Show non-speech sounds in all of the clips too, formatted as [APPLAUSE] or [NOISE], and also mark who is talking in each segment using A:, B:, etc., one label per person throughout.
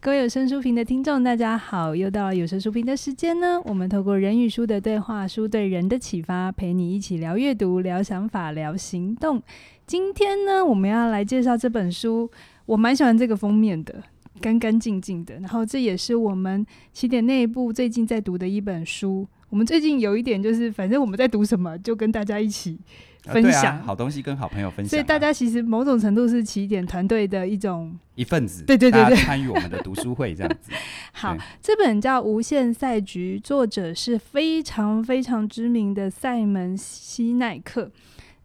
A: 各位有声书评的听众，大家好！又到了有声书评的时间呢。我们透过人与书的对话，书对人的启发，陪你一起聊阅读、聊想法、聊行动。今天呢，我们要来介绍这本书，我蛮喜欢这个封面的，干干净净的。然后这也是我们起点内部最近在读的一本书。我们最近有一点就是，反正我们在读什么，就跟大家一起分享、
B: 啊啊、好东西，跟好朋友分享、啊。
A: 所以大家其实某种程度是起点团队的一种
B: 一份子，
A: 对对对对，
B: 参与我们的读书会这样
A: [LAUGHS]
B: 子。
A: 好，这本叫《无限赛局》，作者是非常非常知名的塞门西奈克。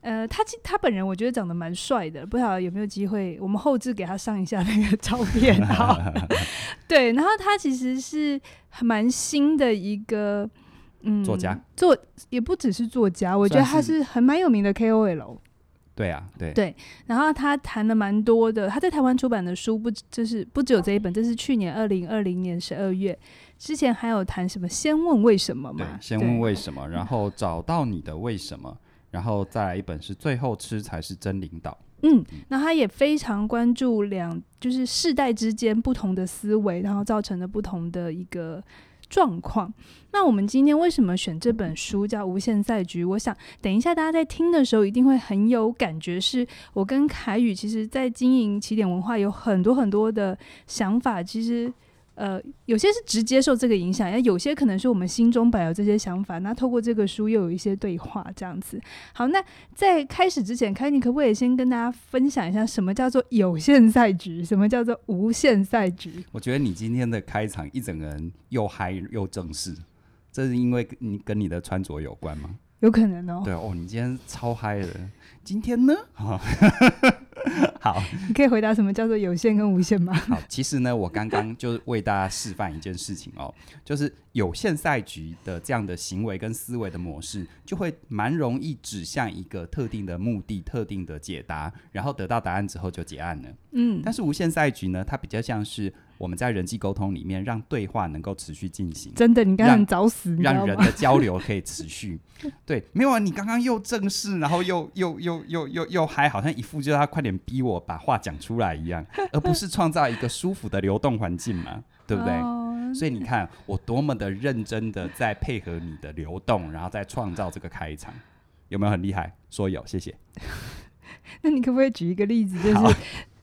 A: 呃，他他本人我觉得长得蛮帅的，不晓得有没有机会，我们后置给他上一下那个照片
B: [LAUGHS]
A: 啊。对，然后他其实是蛮新的一个。
B: 嗯，作家
A: 作也不只是作家，我觉得他是很蛮有名的 KOL。
B: 对啊，对
A: 对。然后他谈了蛮多的，他在台湾出版的书不就是不只有这一本，这是去年二零二零年十二月之前还有谈什么先问为什么嘛？
B: 先问为什
A: 嗯
B: 么，然后找到你的为什么，然后再来一本是最后吃才是真领导。
A: 嗯，那他也非常关注两就是世代之间不同的思维，然后造成了不同的一个。状况。那我们今天为什么选这本书叫《无限赛局》？我想等一下大家在听的时候一定会很有感觉。是我跟凯宇，其实在经营起点文化有很多很多的想法。其实，呃，有些是直接受这个影响，那有些可能是我们心中本有这些想法。那透过这个书又有一些对话，这样子。好，那在开始之前，凯，你可不可以先跟大家分享一下什么叫做有限赛局，什么叫做无限赛局？
B: 我觉得你今天的开场一整个人又嗨又正式，这是因为你跟你的穿着有关吗？
A: 有可能哦。
B: 对哦，你今天超嗨的。今天呢？ [LAUGHS] 哦、好，
A: 你可以回答什么叫做有限跟无限吗？
B: 好，其实呢，我刚刚就是为大家示范一件事情哦，就是有限赛局的这样的行为跟思维的模式，就会蛮容易指向一个特定的目的、特定的解答，然后得到答案之后就结案了。嗯，但是无限赛局呢，它比较像是。我们在人际沟通里面，让对话能够持续进行。
A: 真的，你刚刚找死
B: 让，让人的交流可以持续。对，没有啊，你刚刚又正式，然后又又又又又又还好像一副就是他快点逼我把话讲出来一样，而不是创造一个舒服的流动环境嘛，对不对？哦、所以你看，我多么的认真的在配合你的流动，然后再创造这个开场，有没有很厉害？说有，谢谢。
A: 那你可不可以举一个例子，就是？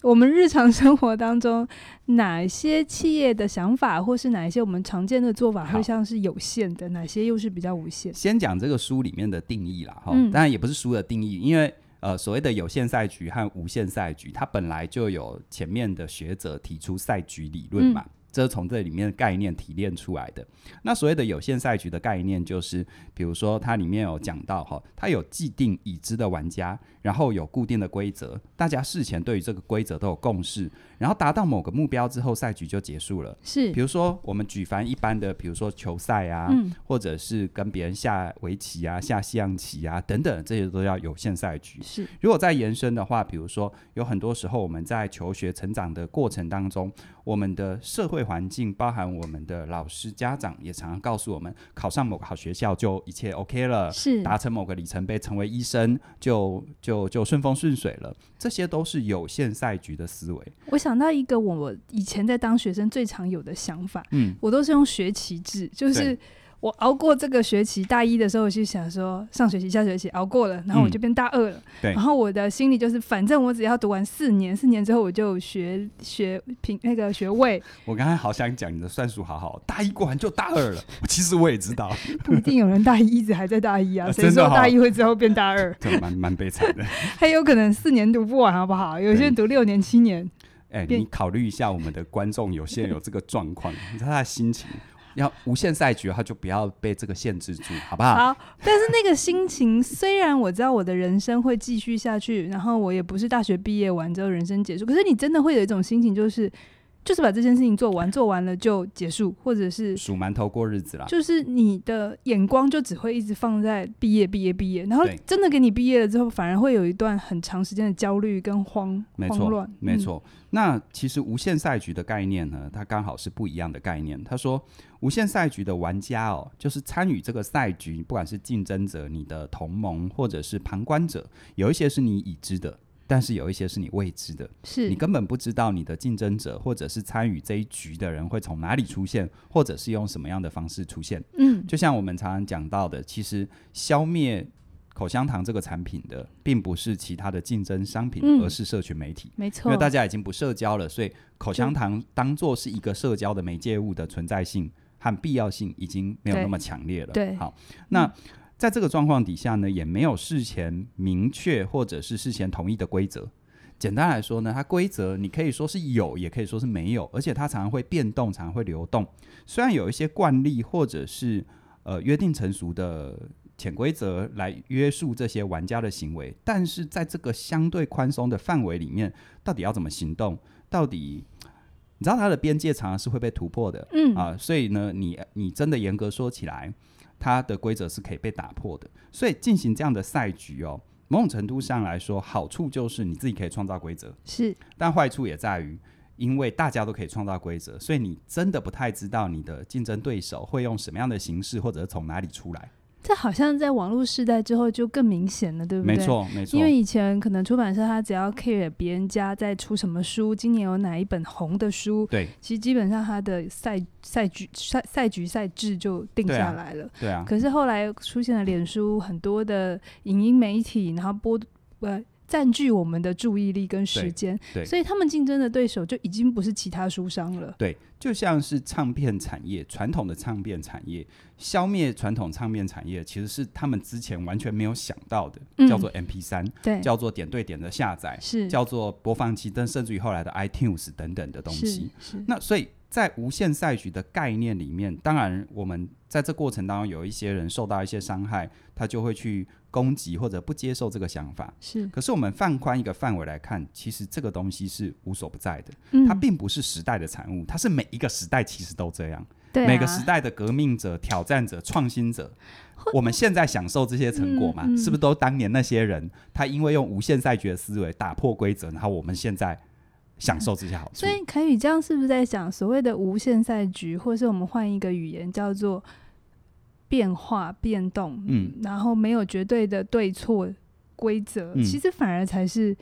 A: 我们日常生活当中，哪些企业的想法，或是哪一些我们常见的做法，会像是有限的，哪些又是比较无限？
B: 先讲这个书里面的定义啦，哈、嗯，当然也不是书的定义，因为呃，所谓的有限赛局和无限赛局，它本来就有前面的学者提出赛局理论嘛。嗯这是从这里面的概念提炼出来的。那所谓的有限赛局的概念，就是比如说它里面有讲到哈，它有既定已知的玩家，然后有固定的规则，大家事前对于这个规则都有共识，然后达到某个目标之后，赛局就结束了。
A: 是，
B: 比如说我们举凡一般的，比如说球赛啊，嗯、或者是跟别人下围棋啊、下西洋棋啊等等，这些都叫有限赛局。
A: 是，
B: 如果再延伸的话，比如说有很多时候我们在求学成长的过程当中，我们的社会环境包含我们的老师、家长，也常常告诉我们，考上某个好学校就一切 OK 了，
A: 是
B: 达成某个里程碑，成为医生就就就顺风顺水了。这些都是有限赛局的思维。
A: 我想到一个我以前在当学生最常有的想法，嗯，我都是用学期制，就是我熬过这个学期，大一的时候我就想说，上学期、下学期熬过了，然后我就变大二了，嗯、
B: 对，
A: 然后我的心里就是，反正我只要读完四年，四年之后我就学学评那个学位。
B: 我刚才好想讲你的算术好好，大一过完就大二了。我其实我也知道，
A: 不一定有人大一一直还在大一啊，谁说大一会之后变大二？
B: 对，蛮蛮悲惨的。
A: 还有可能四年读不完，好不好？有些人读六年、七年。
B: 哎、欸，你考虑一下我们的观众，有些人有这个状况，你知道他的心情。要无限赛局，他就不要被这个限制住，好不好？
A: 好，但是那个心情，虽然我知道我的人生会继续下去，然后我也不是大学毕业完之后人生结束，可是你真的会有一种心情，就是就是把这件事情做完，做完了就结束，或者是
B: 数馒头过日子啦。
A: 就是你的眼光就只会一直放在毕业、毕业、毕业，然后真的给你毕业了之后，反而会有一段很长时间的焦虑跟慌
B: 没
A: 慌乱。
B: 没错，嗯、那其实无限赛局的概念呢，它刚好是不一样的概念。他说。无限赛局的玩家哦，就是参与这个赛局，不管是竞争者、你的同盟或者是旁观者，有一些是你已知的。但是有一些是你未知的，
A: 是
B: 你根本不知道你的竞争者或者是参与这一局的人会从哪里出现，或者是用什么样的方式出现。
A: 嗯
B: 就像我们常常讲到的，其实消灭口香糖这个产品的，并不是其他的竞争商品，
A: 嗯
B: 而是社群媒体。
A: 没
B: 因
A: 错
B: 为，大家已经不社交了，所以口香糖当做是一个社交的媒介物的存在性和必要性已经没有那么强烈了。
A: 对对
B: 好，那在这个状况底下呢，也没有事前明确或者是事前同意的规则。简单来说呢，它规则你可以说是有，也可以说是没有，而且它常常会变动，常常会流动。虽然有一些惯例或者是呃约定成熟的潜规则来约束这些玩家的行为，但是在这个相对宽松的范围里面，到底要怎么行动？到底你知道它的边界常常是会被突破的
A: 嗯
B: 啊、所以呢，你你真的严格说起来，它的规则是可以被打破的。所以进行这样的赛局哦，某种程度上来说，好处就是你自己可以创造规则，
A: 是
B: 但坏处也在于，因为大家都可以创造规则，所以你真的不太知道你的竞争对手会用什么样的形式，或者是从哪里出来。
A: 这好像在网络时代之后就更明显了，对不对？
B: 没错，没错
A: 因，为以前可能出版社他只要 care 别人家在出什么书，今年有哪一本红的书，
B: 对
A: 其实基本上他的赛赛局赛赛局赛制就定
B: 对啊
A: 下来了。
B: 对啊，
A: 可是后来出现了脸书很多的影音媒体，然后播呃占据我们的注意力跟时间
B: 对，对
A: 所以他们竞争的对手就已经不是其他书商了。
B: 对，就像是唱片产业，传统的唱片产业消灭传统唱片产业，其实是他们之前完全没有想到的，
A: 嗯
B: 叫做 MP 三，
A: 对，
B: 叫做点对点的下载，
A: 哎是
B: 叫做播放器，但甚至于后来的 iTunes 等等的东
A: 是
B: 西。
A: 是
B: 那所以在无限赛局的概念里面，当然我们在这过程当中有一些人受到一些伤害，他就会去攻击或者不接受这个想法。
A: 是，
B: 可是我们放宽一个范围来看，其实这个东西是无所不在的，
A: 嗯
B: 它并不是时代的产物，它是每一个时代其实都这样，
A: 对啊
B: 每个时代的革命者、挑战者、创新者。我们现在享受这些成果嘛，
A: 嗯嗯
B: 是不是都当年那些人，他因为用无限赛局的思维打破规则，然后我们现在享受这些好处？
A: 所以凯宇这样是不是在讲所谓的无限赛局，或是我们换一个语言叫做变化、变动，
B: 嗯，
A: 然后没有绝对的对错规则，
B: 嗯
A: 其实反而才是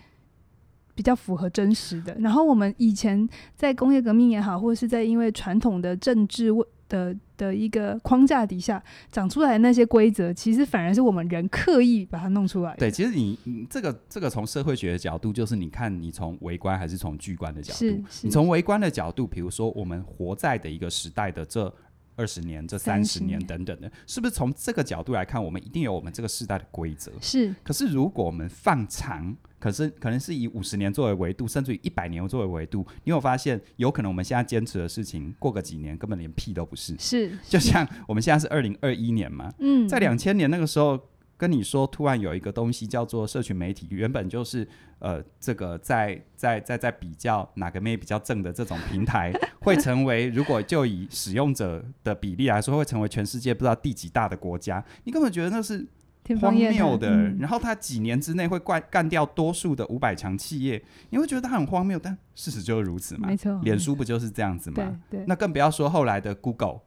A: 比较符合真实的。然后我们以前在工业革命也好，或是在因为传统的政治问的的一个框架底下长出来的那些规则，其实反而是我们人刻意把它弄出来的。
B: 对，其实你你这个这个从社会学的角度，就是你看你从微观还是从巨观的角
A: 是
B: 度。
A: 是
B: 你从微观的角度，比如说我们活在的一个时代的这二十年、这三十
A: 30
B: 年
A: 年
B: 等等的，是不是从这个角度来看，我们一定有我们这个时代的规则？
A: 是
B: 可是如果我们放长，可是可能是以五十年作为维度，甚至于一百年作为维度，你有发现，有可能我们现在坚持的事情，过个几年根本连屁都
A: [LAUGHS]
B: 不是。
A: 是，
B: 就像我们现在是二零二一年嘛，
A: 嗯，
B: 在两千年那个时候，跟你说突然有一个东西叫做社群媒体，原本就是呃这个在在在在比较哪个妹比较正的这种平台，会成为如果就以使用者的比例来说，会成为全世界不知道第几大的国家。你根本觉得那是
A: 天
B: 荒
A: 方夜谭
B: 谬的，
A: 嗯
B: 然后它几年之内会干干掉多数的五百强企业，你会觉得它很荒谬，但事实就是如此嘛
A: 没。错，嗯
B: 脸书不就是这样子吗
A: 对？嗯对，
B: 那更不要说后来的 Google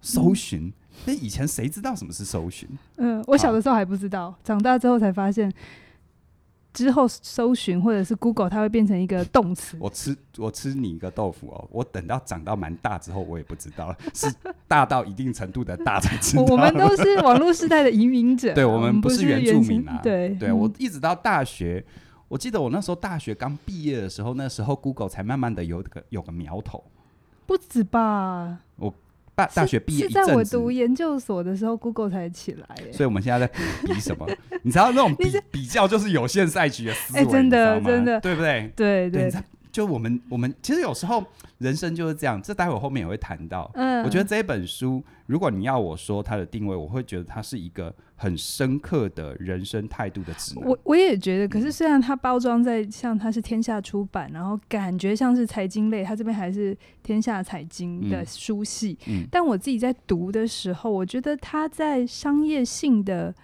B: 搜寻，那、以前谁知道什么是搜寻？
A: 嗯，我小的时候还不知道，长大之后才发现，之后搜寻或者是 Google，它会变成一个动词。
B: 我吃我吃你一个豆腐哦，我等到长到蛮大之后，我也不知道了，是大到一定程度的大才知道
A: [LAUGHS] 我我
B: 了。
A: 们都是网络时代的移民者啊，
B: [LAUGHS] 对我
A: 我
B: 们不
A: 不
B: 是原
A: 生
B: 住民啊
A: 对嗯
B: 对我一直到大学，我记得我那时候大学刚毕业的时候，那时候 Google 才慢慢的有个有个苗头。
A: 不止吧？
B: 大
A: 是
B: 大学毕业
A: 是
B: 一
A: 在我
B: 阵子，
A: 读研究所的时候，Google 才起来耶。
B: 所以我们现在在比比什么？ [LAUGHS] 你知道那种比
A: 你是
B: 比较就是有限赛局的思维，
A: 哎真的
B: 你知道吗
A: 真的
B: 对不对？
A: 对
B: 对，你
A: 对
B: 知，道就我们我们其实有时候人生就是这样，这待会后面也会谈到。
A: 嗯，
B: 我觉得这一本书，如果你要我说它的定位，我会觉得它是一个很深刻的人生态度的指南。
A: 我我也觉得，可是
B: 嗯
A: 虽然它包装在像它是天下出版，然后感觉像是财经类，它这边还是天下财经的
B: 嗯
A: 书系，
B: 嗯
A: 但我自己在读的时候，我觉得它在商业性的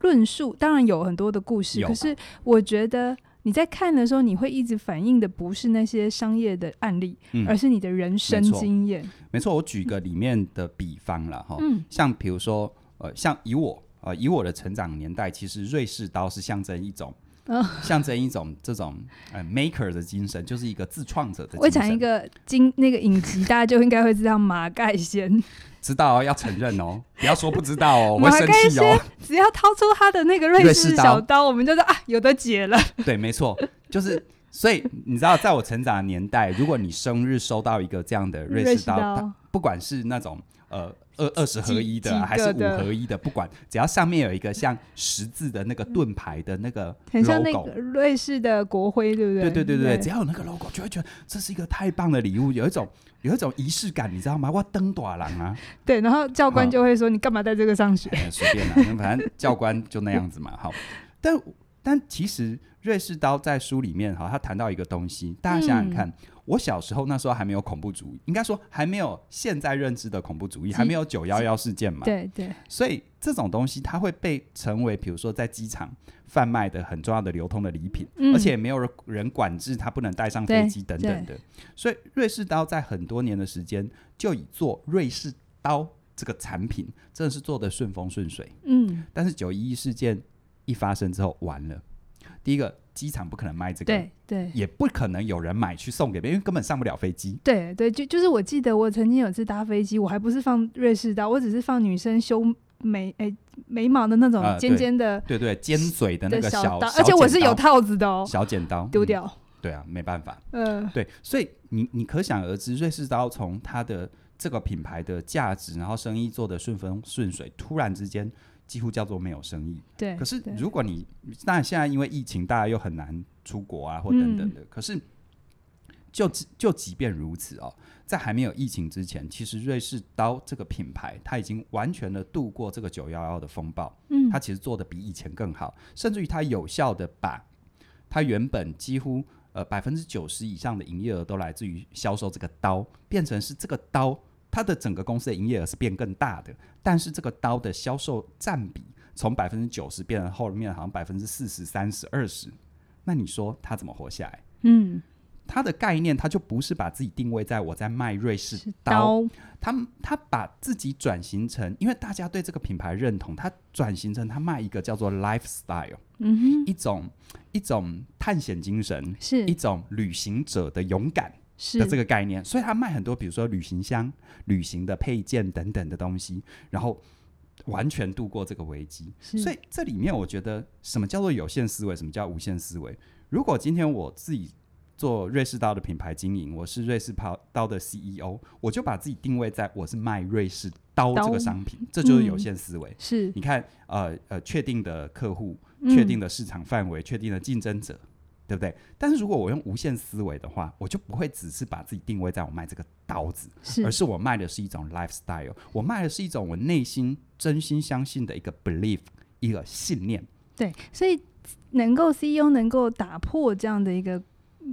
A: 论述，当然有很多的故事，
B: 有
A: 可是我觉得。你在看的时候，你会一直反映的不是那些商业的案例，
B: 嗯
A: 而是你的人生
B: 没错
A: 经验。
B: 没错，我举个里面的比方了哈，
A: 嗯
B: 像比如说呃，像以我呃以我的成长年代，其实瑞士刀是象征一种
A: 哦
B: 象征一种这种呃 maker 的精神，就是一个自创者的精神。
A: 我讲一个经那个影集，大家就应该会知道马盖先。
B: 知道、哦、要承认哦， [LAUGHS] 不要说不知道哦，我
A: 马
B: 会生
A: 盖
B: 气
A: 先
B: 哦。
A: 只要掏出他的那个
B: 瑞
A: 瑞
B: 士
A: 士
B: 刀
A: 小刀，我们就说啊，有的解了。
B: 对，没错，就是所以你知道，在我成长的年代，如果你生日收到一个这样的 [LAUGHS] 瑞
A: 瑞
B: 士
A: 士
B: 刀，
A: 刀
B: 它不管是那种呃二二十合一的啊
A: 几
B: 还是
A: 个
B: 五
A: 的
B: 合一的，不管只要上面有一个像十字的那个盾牌的那个 logo，
A: 很像那个瑞士的国徽，对不
B: 对
A: 对？
B: 对对对，只要有那个 logo，就会觉得这是一个太棒的礼物，有一种有一种仪式感，你知道吗？哇，登短郎啊， [LAUGHS]
A: 对然后教官
B: 嗯
A: 就会说：“你干嘛在这个上学
B: 哎随便啦、那反正教官就那样子嘛。好，但但其实瑞士刀在书里面哈，他谈到一个东西，大家想想
A: 嗯
B: 看，我小时候那时候还没有恐怖主义，应该说还没有现在认知的恐怖主义，
A: 机
B: 还没有九幺幺事件？”嘛，
A: 对对，
B: 所以这种东西它会被成为，比如说在机场贩卖的很重要的流通的礼品，
A: 嗯
B: 而且没有人管制它不能带上飞机等等的。所以瑞士刀在很多年的时间就以做瑞士刀这个产品，真的是做的顺风顺水。
A: 嗯，
B: 但是九一一事件一发生之后，完了，第一个机场不可能卖这个，
A: 对对。
B: 也不可能有人买去送给别人，因为根本上不了飞机。
A: 对对，就就是我记得我曾经有次搭飞机，我还不是放瑞士刀，我只是放女生修眉诶眉毛的那种
B: 啊对
A: 尖尖的、
B: 对对，尖嘴的那
A: 的
B: 个小，
A: 刀，
B: 小
A: 而且我是
B: 剪
A: 有
B: 刀
A: 套子的哦，
B: 小剪刀
A: 丢
B: 嗯
A: 掉。
B: 对啊，没办法。
A: 嗯，
B: 对，所以你你可想而知，瑞士刀从它的这个品牌的价值，然后生意做得顺风顺水，突然之间几乎叫做没有生意。
A: 对。
B: 可是
A: 对
B: 如果你那现在因为疫情，大家又很难出国啊，或等等
A: 嗯
B: 的，可是就即就即便如此哦，在还没有疫情之前，其实瑞士刀这个品牌，它已经完全的度过这个九幺幺的风暴。
A: 嗯
B: 它其实做的比以前更好，甚至于它有效的把它原本几乎呃百分之九十以上的营业额都来自于销售这个刀，变成是这个刀它的整个公司的营业额是变更大的，但是这个刀的销售占比从百分之九十变成后面好像百分之四十、三十、二十，那你说它怎么活下来？
A: 嗯
B: 它的概念，它就不是把自己定位在我在卖瑞士
A: 是
B: 刀，
A: 刀，
B: 他们他把自己转型成，因为大家对这个品牌认同，他转型成他卖一个叫做 lifestyle，
A: 嗯哼，
B: 一种一种探险精神，
A: 是
B: 一种旅行者的勇敢
A: 是
B: 的这个概念，所以他卖很多，比如说旅行箱、旅行的配件等等的东西，然后完全度过这个危机。
A: 是
B: 所以这里面我觉得，什么叫做有限思维，什么叫无限思维？如果今天我自己做瑞士刀的品牌经营，我是瑞士刀刀的 CEO，我就把自己定位在我是卖瑞士刀这个
A: 刀
B: 商品，这就是有限思维。
A: 是
B: 你看，呃呃，确定的客户，确定
A: 的，
B: 的市场范围，确定的竞争者，对不对？但是如果我用无限思维的话，我就不会只是把自己定位在我卖这个刀子，
A: 是
B: 而是我卖的是一种 lifestyle，我卖的是一种我内心真心相信的一个 belief，一个信念。
A: 对，所以能够 CEO 能够打破这样的一个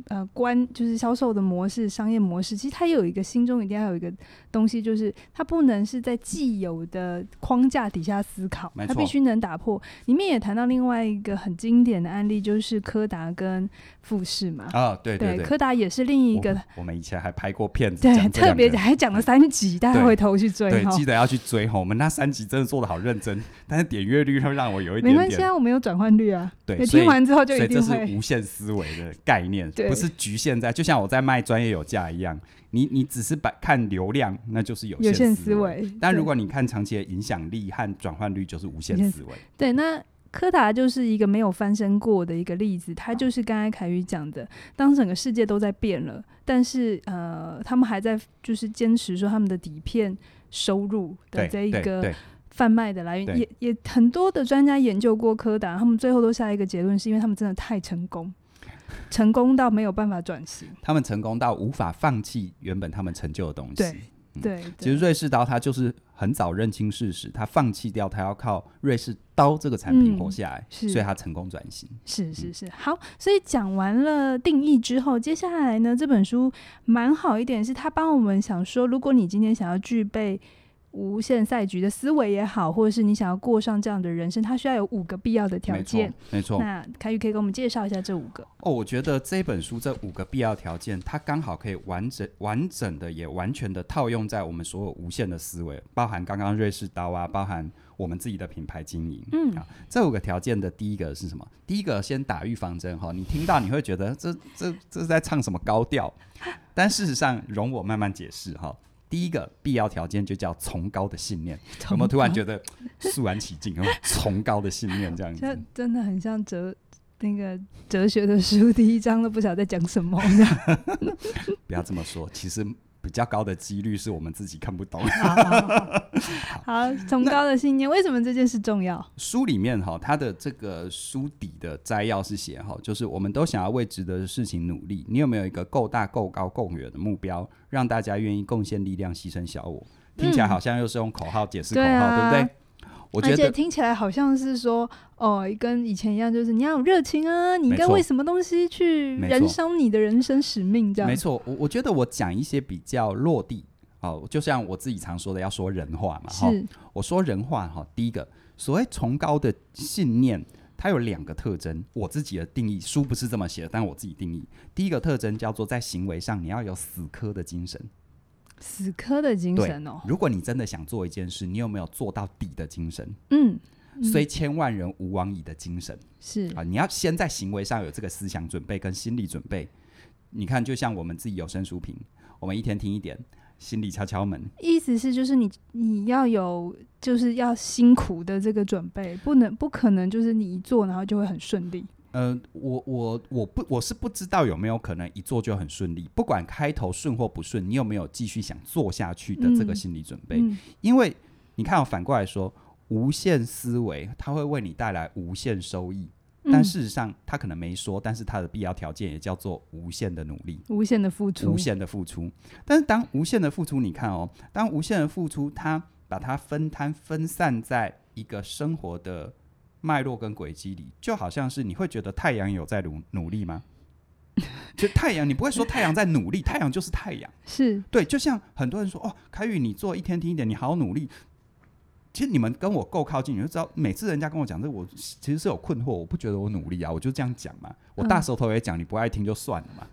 A: 呃关，就是销售的模式、商业模式，其实他有一个心中一定要有一个东西，就是他不能是在既有的框架底下思考
B: 没，
A: 他
B: 错
A: 必须能打破。里面也谈到另外一个很经典的案例，就是柯达跟富士嘛，
B: 啊，对对，
A: 柯达也是另一个
B: 我。我们以前还拍过片子，
A: 对，
B: 讲这
A: 特别
B: 两个
A: 还讲了三集，大家
B: 对
A: 回头去追
B: 对，
A: 哈。
B: 记得要去追哈。我们那三集真的做的好认真，但是点阅率会让我有一
A: 没
B: 点
A: 关系
B: 点
A: 啊，我们有转换率啊。
B: 对
A: 对
B: 所以
A: 听完之后就
B: 所
A: 一
B: 以这
A: 定
B: 是
A: 会。
B: 无限思维的概念，
A: 对
B: 不是局限在，就像我在卖专业有价一样，你你只是把看流量，那就是有
A: 有限
B: 思
A: 思维
B: 但
A: 对
B: 如果你看长期的影响力和转换率，就是无限
A: 无限
B: 思维。
A: 对，那柯达就是一个没有翻身过的一个例子，它就是刚才凯宇讲的，当整个世界都在变了，但是呃，他们还在就是坚持说他们的底片收入的
B: 对
A: 这一
B: 对
A: 个
B: 对
A: 贩卖的来源，
B: 对
A: 也也很多的专家研究过柯达，他们最后都下一个结论是因为他们真的太成功，成功到没有办法转型。
B: 他们成功到无法放弃原本他们成就的东西。
A: 对
B: 嗯
A: 对，
B: 其实瑞士刀它就是很早认清事实，他放弃掉他要靠瑞士刀这个产品
A: 嗯
B: 活下来，
A: 是
B: 所以他成功转型。
A: 是是是，好，所以讲完了定义之后，接下来呢，这本书蛮好一点，是它帮我们想说，如果你今天想要具备无限赛局的思维也好，或者是你想要过上这样的人生，它需要有五个必要的条
B: 没错
A: 件。，
B: 没错。
A: 那凯宇可以给我们介绍一下这五个。
B: 哦，我觉得这本书这五个必要条件，它刚好可以完整、完整的也完全的套用在我们所有无限的思维，包含刚刚瑞士刀啊，包含我们自己的品牌经营。
A: 嗯
B: 啊，这五个条件的第一个是什么？第一个先打预防针哈，你听到你会觉得这这这是在唱什么高调，但事实上，容我慢慢解释哈。第一个必要条件就叫崇高的信念，有没有突然觉得肃然起敬？有没有崇高的信念
A: [LAUGHS]
B: 这样子
A: 这？真的很像哲那个哲学的书，第一章都不晓得在讲什么。 [LAUGHS] 这样
B: 不要这么说，其实比较高的几率是我们自己看不懂。 [LAUGHS]
A: 好好好好，好崇高的信念，为什么这件事重要？
B: 书里面哈，它的这个书底的摘要是写哈，就是我们都想要为值得的事情努力，你有没有一个够大、够高、够远的目标，让大家愿意贡献力量、牺牲小我？听起来好像又是用口号解释口
A: 对
B: 号，
A: 啊
B: 对不对？我
A: 而
B: 觉
A: 且
B: 得
A: 听起来好像是说，哦，跟以前一样，就是你要有热情啊，你应该
B: 没错
A: 为什么东西去
B: 没错
A: 燃烧你的人生使命这样
B: 没。错，我我觉得我讲一些比较落地，哦，就像我自己常说的，要说人话嘛，哈。
A: 是，
B: 我说人话哈，第一个所谓崇高的信念，它有两个特征，我自己的定义，书不是这么写的，但我自己定义，第一个特征叫做在行为上你要有死磕的精神。
A: 死磕的精神哦，
B: 如果你真的想做一件事，你有没有做到底的精神？
A: 嗯，嗯
B: 虽千万人吾往矣的精神
A: 是
B: 啊，你要先在行为上有这个思想准备跟心理准备。你看，就像我们自己有声书评，我们一天听一点，心里敲敲门，
A: 意思是就是你你要有就是要辛苦的这个准备，不能不可能就是你一做然后就会很顺利。
B: 呃，我我我不我是不知道有没有可能一做就很顺利，不管开头顺或不顺，你有没有继续想做下去的这个
A: 嗯
B: 心理准备？
A: 嗯，
B: 因为你看、哦，反过来说，无限思维它会为你带来无限收益，但
A: 嗯
B: 事实上它可能没说，但是它的必要条件也叫做无限的努力。
A: 无限的付出，
B: 无限的付出。但是当无限的付出，你看哦，当无限的付出，它把它分摊分散在一个生活的脉络跟轨迹里，就好像是你会觉得太阳有在努努力吗？就太阳，你不会说太阳在努力，太阳就是太阳。
A: 是
B: 对，就像很多人说哦，凯宇，你做一天听一点，你好努力。其实你们跟我够靠近，你就知道，每次人家跟我讲这，我其实是有困惑，我不觉得我努力啊，我就这样讲嘛。我
A: 嗯
B: 大舌头也讲，你不爱听就算了嘛。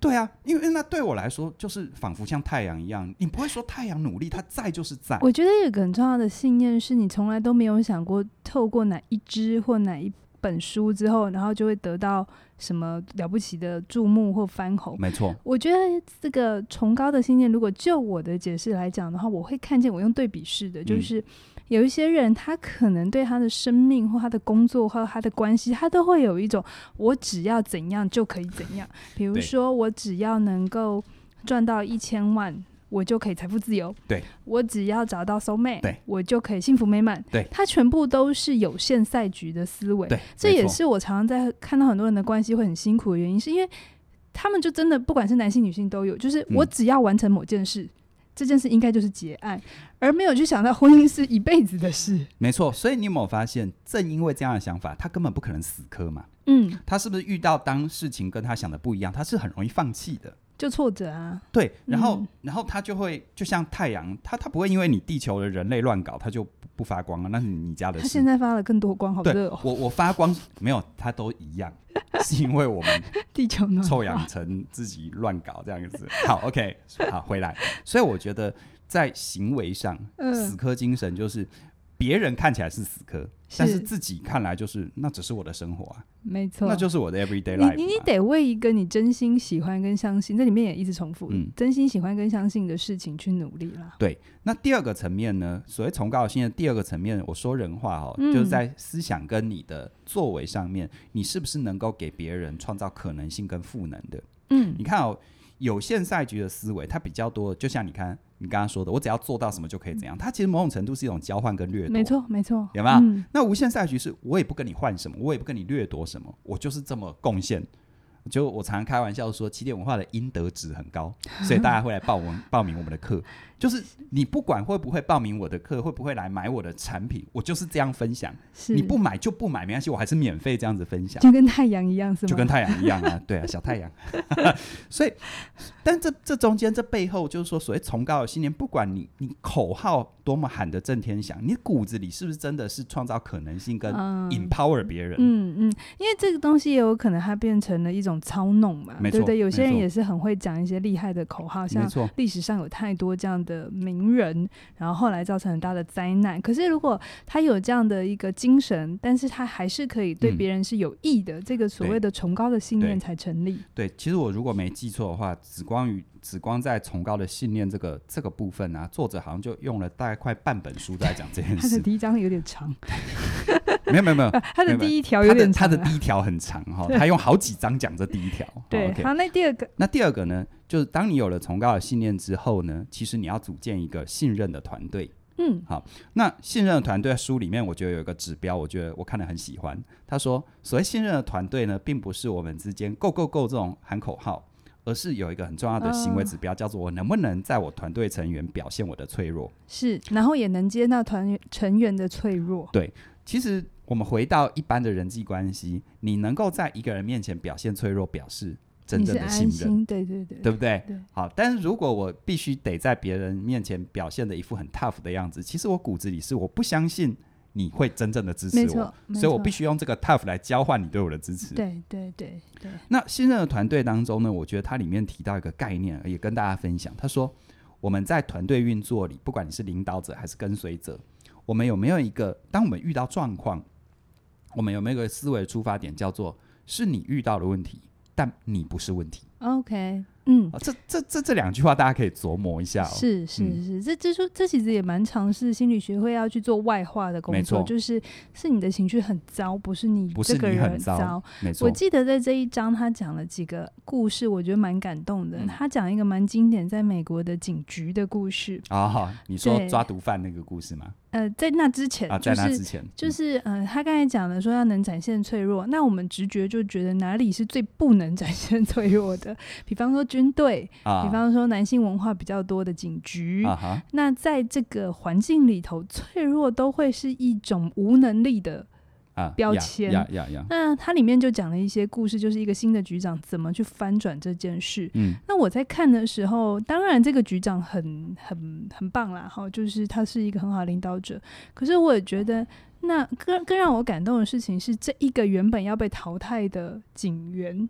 B: 对啊，因为那对我来说，就是仿佛像太阳一样，你不会说太阳努力，它在就是在。
A: 我觉得有个很重要的信念是你从来都没有想过透过哪一支或哪一本书之后，然后就会得到什么了不起的注目或翻红。
B: 没错，
A: 我觉得这个崇高的信念，如果就我的解释来讲的话，我会看见我用对比式的，就
B: 嗯
A: 是有一些人他可能对他的生命或他的工作或他的关系，他都会有一种我只要怎样就可以怎样。比如
B: 对
A: 说，我只要能够赚到一千万。我就可以财富自由，
B: 对
A: 我只要找到 soul mate，
B: 对
A: 我就可以幸福美满，
B: 对
A: 它全部都是有限赛局的思维，
B: 对，
A: 这
B: 没
A: 也
B: 错
A: 是我常常在看到很多人的关系会很辛苦的原因，是因为他们就真的不管是男性女性都有，就是我
B: 嗯
A: 只要完成某件事，这件事应该就是结案，而没有去想到婚姻是一辈子的
B: [LAUGHS]
A: 事。
B: 没错。所以你有没有发现，正因为这样的想法，他根本不可能死磕嘛。
A: 嗯，
B: 他是不是遇到当事情跟他想的不一样，他是很容易放弃的。
A: 就挫折啊，
B: 对，然后、
A: 嗯
B: 然后它就会就像太阳，它它不会因为你地球的人类乱搞，它就不不发光了，啊那是你家的
A: 他
B: 事
A: 现。在发了更多光，好
B: 对
A: 热哦，
B: 我我发光没有，它都一样，是因为我们
A: 地球暖
B: 臭
A: 化
B: 氧层自己乱搞这样
A: [LAUGHS]
B: 子。好，OK，好回来。所以我觉得在行为上，
A: 嗯
B: 死磕精神就是别人看起来是死磕，但是自己看来就是那只是我的生活啊，
A: 没错，
B: 那就是我的 everyday
A: 你
B: life 嘛。
A: 你你得为一个你真心喜欢跟相信，这里面也一直重复，
B: 嗯
A: 真心喜欢跟相信的事情去努力啦。
B: 对，那第二个层面呢？所谓崇高的信念，第二个层面，我说人话哦，
A: 嗯
B: 就是在思想跟你的作为上面，你是不是能够给别人创造可能性跟赋能的？
A: 嗯
B: 你看哦，有限赛局的思维，它比较多，就像你看你刚刚说的，我只要做到什么就可以怎样，它其实某种程度是一种交换跟掠夺。
A: 没。错没错，
B: 有没有
A: 嗯
B: 那无限赛局是我也不跟你换什么，我也不跟你掠夺什么，我就是这么贡献。就我常常开玩笑说，起点文化的应得值很高，所以大家会来报我们报名我们的课。就是你不管会不会报名我的课，会不会来买我的产品，我就是这样分享。
A: 是
B: 你不买就不买，没关系，我还是免费这样子分享。
A: 就跟太阳一样是吗？
B: [LAUGHS] 就跟太阳一样啊，对啊，小太阳。所以，但这这中间这背后就是说，所谓崇高的信念，不管你你口号多么喊得震天响，你骨子里是不是真的是创造可能性跟
A: 嗯
B: empower 别人？
A: 嗯嗯，因为这个东西也有可能它变成了一种操弄嘛，
B: 没
A: 对不
B: 错
A: 对？有些
B: 没
A: 人
B: 错
A: 也是很会讲一些厉害的口号，
B: 没
A: 像
B: 错，
A: 历史上有太多这样的名人，然后后来造成很大的灾难。可是如果他有这样的一个精神，但是他还是可以对
B: 嗯
A: 别人是有益的，这个所
B: 对
A: 谓的崇高的信念
B: 对
A: 才成立。
B: 对。其实我如果没记错的话，紫光与紫光在崇高的信念这个这个部分啊，作者好像就用了大概快半本书在讲这件
A: 他的
B: 事。
A: 第一章有点
B: [LAUGHS]
A: 长，
B: 没有没
A: [LAUGHS]
B: 有没有，
A: 他的
B: 没有
A: 第一条有
B: 他
A: 点
B: 的
A: 长
B: 他
A: 啊、
B: 的哦第一条很长哈，他用好几章讲这第一条。
A: 对
B: o，k
A: 好，那第二个，
B: 那第二个呢，就是当你有了崇高的信念之后呢，其实你要组建一个信任的团队。
A: 嗯
B: 那信任的团队书里面，我觉得有一个指标，我觉得我看了很喜欢。他说，所谓信任的团队呢，并不是我们之间 “go go go” 这种喊口号，而是有一个很重要的行
A: 啊
B: 为指标，叫做我能不能在我团队成员表现我的脆弱。
A: 是，然后也能接纳团员成员的脆弱，
B: 其实我们回到一般的人际关系，你能够在一个人面前表现脆弱，表示真
A: 你是
B: 正的信
A: 安
B: 任，
A: 心，对对对
B: 对不对？
A: 对
B: 好，但是如果我必须得在别人面前表现的一副很 tough 的样子，其实我骨子里是我不相信你会真正的支持
A: 没
B: 我，
A: 错，没
B: 所以我
A: 错
B: 必须用这个 tough 来交换你对我的支持。
A: 对对对对，
B: 那新任的团队当中呢，我觉得它里面提到一个概念，也跟大家分享。他说，我们在团队运作里，不管你是领导者还是跟随者，我们有没有一个，当我们遇到状况，我们有没有一个思维的出发点，叫做是你遇到的问题，但你不是问题
A: OK，嗯
B: 啊？。这这这这两句话，大家可以琢磨一下、哦。
A: 是是
B: 嗯
A: 是，这这说这其实也蛮尝试心理学会要去做外化的工
B: 没
A: 作，
B: 错
A: 就是是你的情绪很糟，不是你
B: 不
A: 这
B: 是
A: 个
B: 你
A: 人
B: 很糟没错
A: 我，记得在这一章，他讲了几个故事，我觉得蛮感动的。
B: 嗯
A: 他讲一个蛮经典，在美国的警局的故事。
B: 啊、好你说
A: 对
B: 抓毒贩那个故事吗？
A: 呃，在那之前，
B: 啊，
A: 就
B: 在那
A: 是
B: 之前，
A: 就是呃，他刚才讲的说要能展现脆弱，那我们直觉就觉得哪里是最不能展现脆弱的？比方说军队，
B: 嗯啊，
A: 比方说男性文化比较多的警局。
B: 啊哈，
A: 那在这个环境里头，脆弱都会是一种无能力的
B: 啊，
A: 标签
B: 呀呀呀，
A: 那它里面就讲了一些故事，就是一个新的局长怎么去翻转这件事。
B: 嗯，
A: 那我在看的时候，当然这个局长很很很棒啦，哈，就是他是一个很好的领导者。可是我也觉得，那更更让我感动的事情是，这一个原本要被淘汰的警员，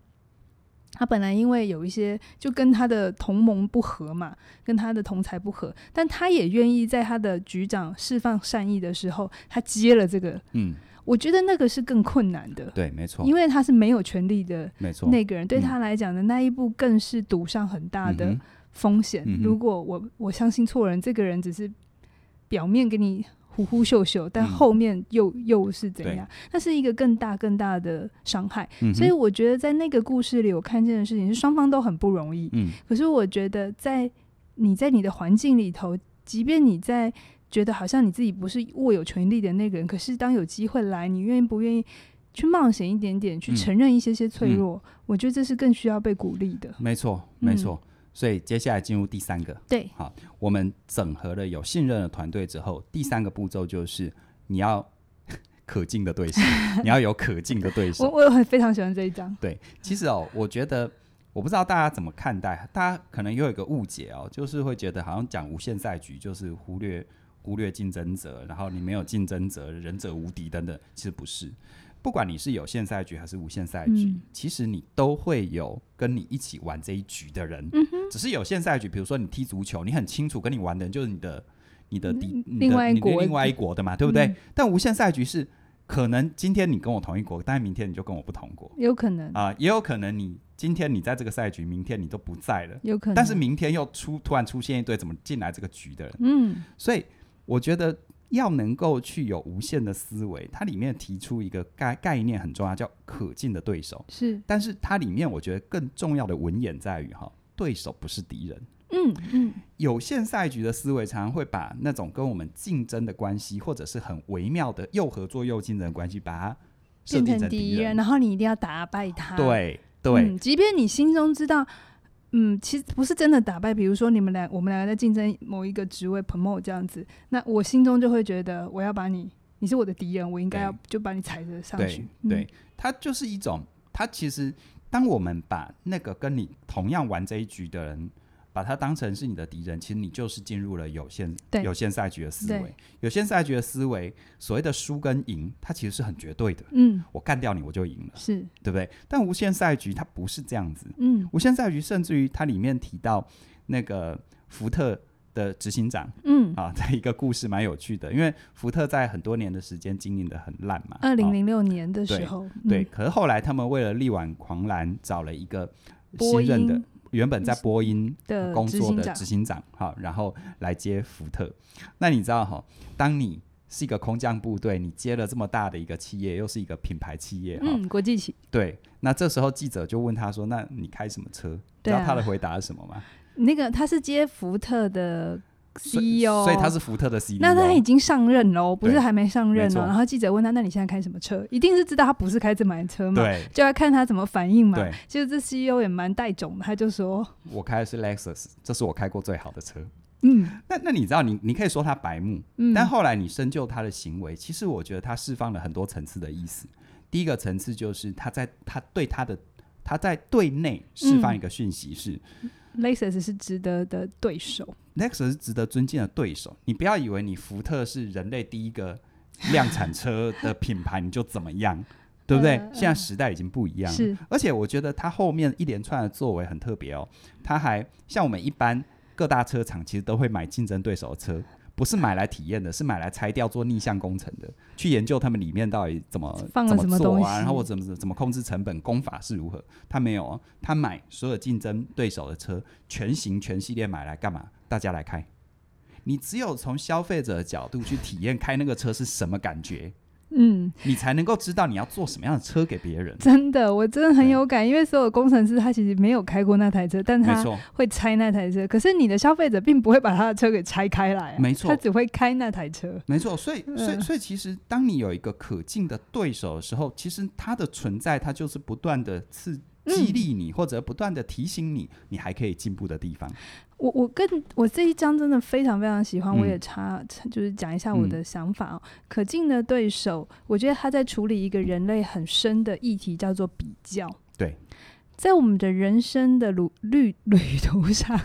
A: 他本来因为有一些就跟他的同盟不合嘛，跟他的同才不合，但他也愿意在他的局长释放善意的时候，他接了这个。
B: 嗯，
A: 我觉得那个是更困难的，
B: 对，没错，
A: 因为他是没有权利的
B: 没错，
A: 那个人，对
B: 嗯
A: 他来讲的那一步更是赌上很大的
B: 嗯哼
A: 风险。
B: 嗯哼
A: 如果我我相信错人，这个人只是表面给你呼呼秀秀，但
B: 嗯
A: 后面又又是怎
B: 对
A: 样？那是一个更大更大的伤害。
B: 嗯哼
A: 所以我觉得在那个故事里，我看见的事情是双方都很不容易。
B: 嗯
A: 可是我觉得在你在你的环境里头，即便你在。觉得好像你自己不是握有权利的那个人，可是当有机会来，你愿意不愿意去冒险一点点，去
B: 嗯
A: 承认一些些脆
B: 嗯
A: 弱？我觉得这是更需要被鼓励的。
B: 没错，
A: 嗯
B: 没错。所以接下来进入第三个，
A: 对，
B: 我们整合了有信任的团队之后，第三个步骤就是你要 [LAUGHS] 可敬的对手，你要有可敬的对
A: 我
B: 手。
A: 我很非常喜欢这一张，
B: 其实哦，我觉得我不知道大家怎么看待，大家可能又有一个误解哦，就是会觉得好像讲无限赛局就是忽略忽略竞争者，然后你没有竞争者，仁者无敌等等。其实不是，不管你是有限赛局还是无限赛局，
A: 嗯
B: 其实你都会有跟你一起玩这一局的人。
A: 嗯
B: 只是有限赛局，比如说你踢足球，你很清楚跟你玩的人就是你的你的敌，你的
A: 嗯另外一
B: 你的
A: 国
B: 另外一国的嘛，对不对？
A: 嗯
B: 但无限赛局是可能今天你跟我同一国，但明天你就跟我不同国。
A: 有可能，
B: 啊、也有可能你今天你在这个赛局，明天你都不在了，
A: 有可能，
B: 但是明天又出突然出现一堆怎么进来这个局的人，
A: 嗯，
B: 所以我觉得要能够去有无限的思维，它里面提出一个概概念很重要，叫可敬的对手。
A: 是，
B: 但是它里面我觉得更重要的文眼在于哈，对手不是敌人。
A: 嗯嗯，
B: 有限赛局的思维常常会把那种跟我们竞争的关系，或者是很微妙的又合作又竞争的关系，把它设
A: 变
B: 定
A: 成敌
B: 敌
A: 人，然后你一定要打败他，
B: 对对，
A: 嗯，即便你心中知道。嗯，其实不是真的打败。比如说，你们俩，我们两个在竞争某一个职位 promote 这样子，那我心中就会觉得，我要把你，你是我的敌人，我应该要
B: 对
A: 就把你踩着上
B: 对
A: 去。
B: 对
A: 嗯，，
B: 它就是一种，它其实当我们把那个跟你同样玩这一局的人，把他当成是你的敌人，其实你就是进入了有限
A: 对
B: 有限赛局的思
A: 对
B: 维。有限赛局的思维，所谓的输跟赢，它其实是很绝对的。
A: 嗯，
B: 我干掉你，我就赢了，
A: 是，
B: 对不对？但无限赛局它不是这样子，
A: 嗯
B: 无限赛局甚至于它里面提到那个福特的执行长
A: 嗯，
B: 啊，在一个故事蛮有趣的，因为福特在很多年的时间经营的很烂嘛，
A: 二零
B: 啊
A: 零六年的时
B: 对
A: 候，
B: 对，
A: 嗯，
B: 可是后来他们为了力挽狂澜，找了一个
A: 嗯波
B: 新任的
A: 音，
B: 原本在波音呃
A: 的
B: 工作
A: 执行
B: 的
A: 长
B: 执行长，好，然后来接福特。那你知道哈，当你是一个空降部队，你接了这么大的一个企业，又是一个品牌企业哈，
A: 嗯，国际企，
B: 对，那这时候记者就问他说：“那你开什么车？”你知
A: 对
B: 道
A: 啊
B: 他的回答是什么吗？
A: 那个他是接福特的
B: 所
A: CEO，
B: 所以他是福特的 E CEO。
A: E 那他已经上任了哦，不是
B: 对
A: 还没上任
B: 没
A: 哦。
B: 错
A: 然后记者问他：“那你现在开什么车？”一定是知道他不是开这台车嘛，
B: 对
A: 就要看他怎么反应嘛。
B: 对，
A: 其实这 CEO 也蛮带种的，他就说
B: 我开的是 Lexus，这是我开过最好的车。：“
A: 嗯
B: 那那你知道你你可以说他白目，
A: 嗯，
B: 但后来你深究他的行为，其实我觉得他释放了很多层次的意思。第一个层次就是他在他对他的他在对内释
A: 嗯
B: 放一个讯息是、
A: Lexus 是值得的对手，
B: Lexus 是值得尊敬的对手，你不要以为你福特是人类第一个量产车的品牌你就怎么样，对不对？
A: [LAUGHS] 嗯嗯
B: 现在时代已经不一样了，
A: 是
B: 而且我觉得他后面一连串的作为很特别哦，他还像我们一般各大车厂其实都会买竞争对手的车，不是买来体验的，是买来拆掉做逆向工程的，去研究他们里面到底怎么
A: 放了
B: 怎
A: 什么
B: 做
A: 东
B: 啊，
A: 西
B: 然后我怎么怎么控制成本，工法是如何。他没有、哦，他买所有竞争对手的车全型全系列买来干嘛？大家来开。你只有从消费者的角度去体验开那个车是什么感觉，
A: 嗯，
B: 你才能够知道你要做什么样的车给别人。
A: 真的，我真的很
B: 对
A: 有感，因为所有工程师他其实没有开过那台车，但
B: 没
A: 他
B: 错，
A: 会拆那台车。可是你的消费者并不会把他的车给拆开来啊、
B: 没错
A: 他只会开那台车。
B: 没错，所以所以
A: 嗯
B: 所以，其实当你有一个可敬的对手的时候，其实它的存在，它就是不断的刺
A: 嗯
B: 激励你，或者不断的提醒你，你还可以进步的地方。
A: 我我更我这一章真的非常非常喜欢，
B: 嗯
A: 我也插插就是讲一下我的想法哦。可敬的对手，我觉得他在处理一个人类很深的议题，叫做比较。
B: 对，
A: 在我们的人生的旅旅旅途上，